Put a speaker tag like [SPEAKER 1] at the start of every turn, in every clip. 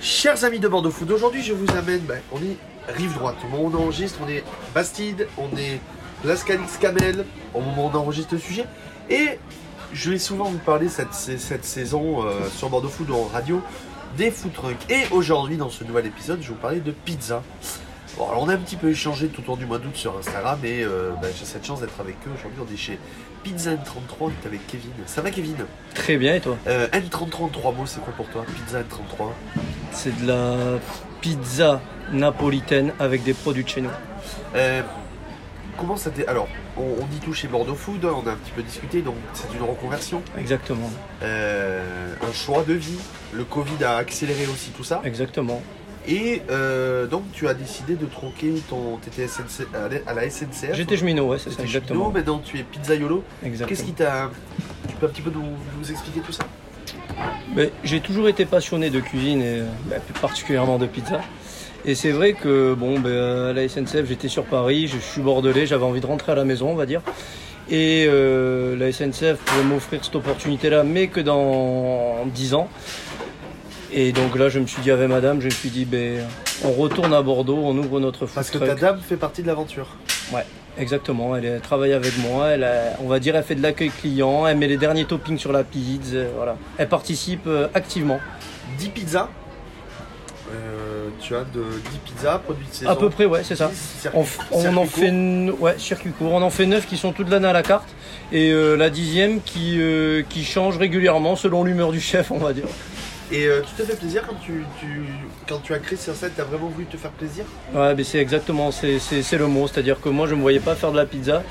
[SPEAKER 1] Chers amis de Bordeaux Food, aujourd'hui je vous amène, ben, on est rive droite, au moment où on enregistre, on est Bastide, on est Las Calix Camel, au moment où on enregistre le sujet. Et je vais souvent vous parler cette, cette saison euh, sur Bordeaux Food en radio des food trucks. Et aujourd'hui, dans ce nouvel épisode, je vais vous parler de pizza. Bon, alors on a un petit peu échangé tout au long du mois d'août sur Instagram et euh, ben, j'ai cette chance d'être avec eux. Aujourd'hui, on est chez Pizza N33, on est avec Kevin. Ça va, Kevin
[SPEAKER 2] Très bien, et toi
[SPEAKER 1] Euh, N33 en trois mots, c'est quoi pour toi Pizza N33
[SPEAKER 2] C'est de la pizza napolitaine avec des produits de chez nous.
[SPEAKER 1] Euh, comment ça t'est. Alors, on, on dit tout chez Bordeaux Food, hein, on a un petit peu discuté, donc c'est une reconversion,
[SPEAKER 2] Exactement,
[SPEAKER 1] euh, un choix de vie. Le Covid a accéléré aussi tout ça.
[SPEAKER 2] exactement.
[SPEAKER 1] Et euh, donc, tu as décidé de troquer ton. T'étais SNC à la- à la SNCF.
[SPEAKER 2] J'étais cheminot, ouais, c'est ça,
[SPEAKER 1] T'étais cheminot,
[SPEAKER 2] exactement.
[SPEAKER 1] maintenant tu es pizzaiolo. Qu'est-ce qui
[SPEAKER 2] exactement.
[SPEAKER 1] t'a. Tu peux un petit peu nous, nous expliquer tout ça
[SPEAKER 2] Mais J'ai toujours été passionné de cuisine et euh, bah, plus particulièrement de pizza. Et c'est vrai que, bon, bah, à la SNCF, j'étais sur Paris, je suis bordelais, j'avais envie de rentrer à la maison, on va dire. Et euh, la SNCF pouvait m'offrir cette opportunité-là, mais que dans 10 ans. Et donc là, je me suis dit avec madame, je me suis dit, ben, on retourne à Bordeaux, on ouvre notre food
[SPEAKER 1] Parce que
[SPEAKER 2] truck.
[SPEAKER 1] ta dame fait partie de l'aventure.
[SPEAKER 2] Exactement, elle travaille avec moi, elle a- on va dire elle fait de l'accueil client, elle met les derniers toppings sur la pizza, euh, voilà. Elle participe euh, activement,
[SPEAKER 1] 10 pizzas. Euh, tu as de 10 pizzas, produits de saison.
[SPEAKER 2] à peu près ouais c'est ça.
[SPEAKER 1] 10 circuits-
[SPEAKER 2] On, f- on en
[SPEAKER 1] circuits courts.
[SPEAKER 2] fait n- ouais circuit court, on en fait neuf qui sont toute l'année à la carte et euh, la dixième qui euh, qui change régulièrement selon l'humeur du chef on va dire.
[SPEAKER 1] Et euh, tu t'es fait plaisir quand tu, tu- quand tu as créé ce tu t'as vraiment voulu te faire plaisir
[SPEAKER 2] Ouais, mais c'est exactement, c'est- c'est c'est le mot. C'est-à-dire que moi, je ne me voyais pas faire de la pizza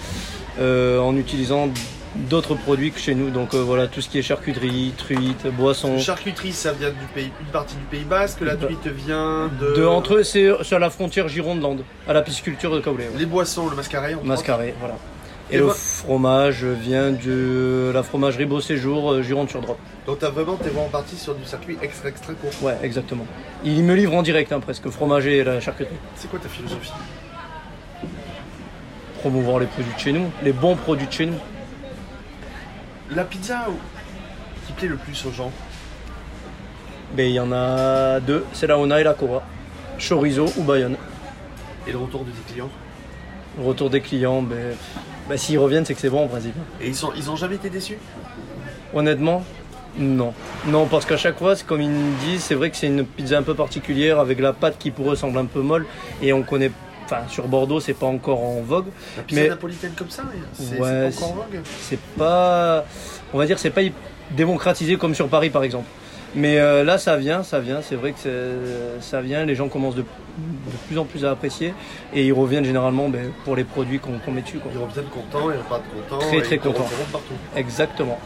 [SPEAKER 2] euh, en utilisant d'autres produits que chez nous. Donc euh, voilà, tout ce qui est charcuterie, truite, boisson.
[SPEAKER 1] Charcuterie, ça vient du pays, une partie du Pays Basque, la
[SPEAKER 2] Bah.
[SPEAKER 1] truite vient de...
[SPEAKER 2] De entre eux, c'est sur la frontière Gironde-Lande, à la pisciculture de Cablé.
[SPEAKER 1] Les boissons, le mascaret. entre
[SPEAKER 2] Mascaré, voilà. Et,
[SPEAKER 1] Et
[SPEAKER 2] le
[SPEAKER 1] moi-
[SPEAKER 2] fromage vient de la fromagerie Beau Séjour, euh, Gironde-sur-Drôme.
[SPEAKER 1] autres. Donc t'as vraiment, t'es vraiment parti sur du circuit extra extra court.
[SPEAKER 2] Ouais, exactement. Il me livre en direct, hein, presque, fromage et la charcuterie.
[SPEAKER 1] C'est quoi ta philosophie
[SPEAKER 2] Promouvoir les produits de chez nous, les bons produits de chez nous.
[SPEAKER 1] La pizza ou- qui plaît le plus aux gens
[SPEAKER 2] Ben, il y en a deux, c'est la Ona et la Cora. Chorizo ou Bayonne.
[SPEAKER 1] et le retour de tes clients.
[SPEAKER 2] Le Retour des clients, ben, ben, s'ils reviennent, c'est que c'est bon en principe.
[SPEAKER 1] Et ils, sont, ils ont jamais été déçus
[SPEAKER 2] Honnêtement, non. Non, parce qu'à chaque fois, c'est comme ils me disent, c'est vrai que c'est une pizza un peu particulière avec la pâte qui pour eux semble un peu molle et on connaît. Enfin, sur Bordeaux, c'est pas encore en vogue.
[SPEAKER 1] La pizza
[SPEAKER 2] Mais-
[SPEAKER 1] napolitaine comme ça, c'est c'est
[SPEAKER 2] Ouais,
[SPEAKER 1] pas encore en vogue.
[SPEAKER 2] C'est pas. On va dire, c'est pas démocratisé comme sur Paris par exemple. Mais euh, là, ça vient, ça vient. C'est vrai que c'est- ça vient. Les gens commencent de, de plus en plus à apprécier et ils reviennent généralement ben, pour les produits qu'on qu'on met dessus. quoi.
[SPEAKER 1] Ils reviennent contents, ils repartent contents.
[SPEAKER 2] Très,
[SPEAKER 1] et
[SPEAKER 2] très
[SPEAKER 1] ils te
[SPEAKER 2] contents.
[SPEAKER 1] retrouveront partout.
[SPEAKER 2] Exactement.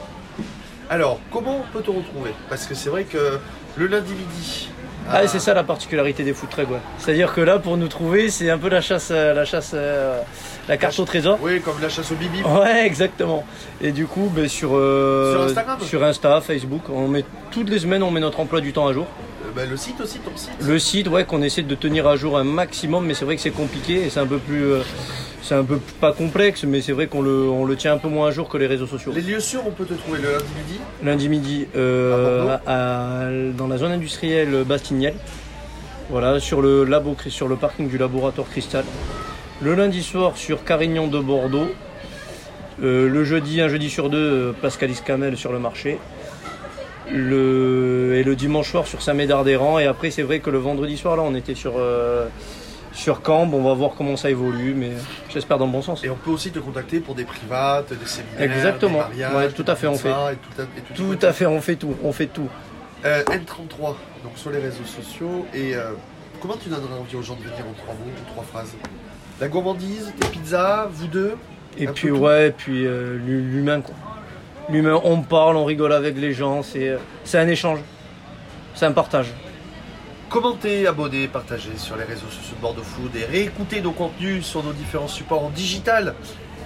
[SPEAKER 1] Alors, comment on peut te retrouver Parce que c'est vrai que le lundi midi.
[SPEAKER 2] Ah,
[SPEAKER 1] à-
[SPEAKER 2] et c'est ça la particularité des food trucks, ouais. C'est-à-dire que là, pour nous trouver, c'est un peu la chasse, euh, la chasse, euh, la carte au trésor.
[SPEAKER 1] Oui, comme la chasse au bibi.
[SPEAKER 2] Ouais, exactement. Et du coup, ben, sur, euh,
[SPEAKER 1] Sur Instagram
[SPEAKER 2] sur Insta, Facebook, on met toutes les semaines, on met notre emploi du temps à jour.
[SPEAKER 1] Euh, bah, le site aussi, ton site.
[SPEAKER 2] Le site, ouais, qu'on essaie de tenir à jour un maximum, mais c'est vrai que c'est compliqué et c'est un peu plus, euh, c'est un peu plus- pas complexe, mais c'est vrai qu'on le, on le tient un peu moins à jour que les réseaux sociaux.
[SPEAKER 1] Les lieux sûrs, on peut te trouver le lundi midi.
[SPEAKER 2] Lundi midi euh,
[SPEAKER 1] À
[SPEAKER 2] à- dans la zone industrielle Bastignel, voilà, sur le, labo, sur le parking du laboratoire Cristal. Le lundi soir sur Carignan de Bordeaux. Euh, le jeudi, un jeudi sur deux, euh, place Calice Camel sur le marché. Le, et le dimanche soir sur Saint-Médard des Rangs. Et après, c'est vrai que le vendredi soir, là, on était sur, euh, sur Cambre. On va voir comment ça évolue, mais j'espère dans le bon sens.
[SPEAKER 1] Et on peut aussi te contacter pour des privates, des séminaires.
[SPEAKER 2] Exactement.
[SPEAKER 1] Des mariages,
[SPEAKER 2] Ouais, tout à fait, on
[SPEAKER 1] des pizzas Et tout à, et tout,
[SPEAKER 2] Tout à fait, on fait tout, on fait tout.
[SPEAKER 1] Euh, N33, donc sur les réseaux sociaux. Et euh, comment tu donnerais envie aux gens de venir en trois mots, en trois phrases La gourmandise, tes pizzas, vous deux.
[SPEAKER 2] Et
[SPEAKER 1] Un
[SPEAKER 2] puis
[SPEAKER 1] peu tout.
[SPEAKER 2] ouais, et puis euh, l'hu- l'humain quoi. L'humain, on parle, on rigole avec les gens, c'est euh, c'est un échange, c'est un partage.
[SPEAKER 1] Commentez, abonnez, partagez sur les réseaux sociaux de Bordeaux Food et réécoutez nos contenus sur nos différents supports en digital.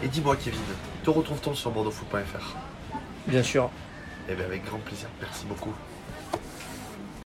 [SPEAKER 1] Et dis-moi, Kevin, te retrouve-t-on sur bordeauxfood.fr
[SPEAKER 2] Bien sûr,
[SPEAKER 1] Eh bien, avec grand plaisir. Merci beaucoup.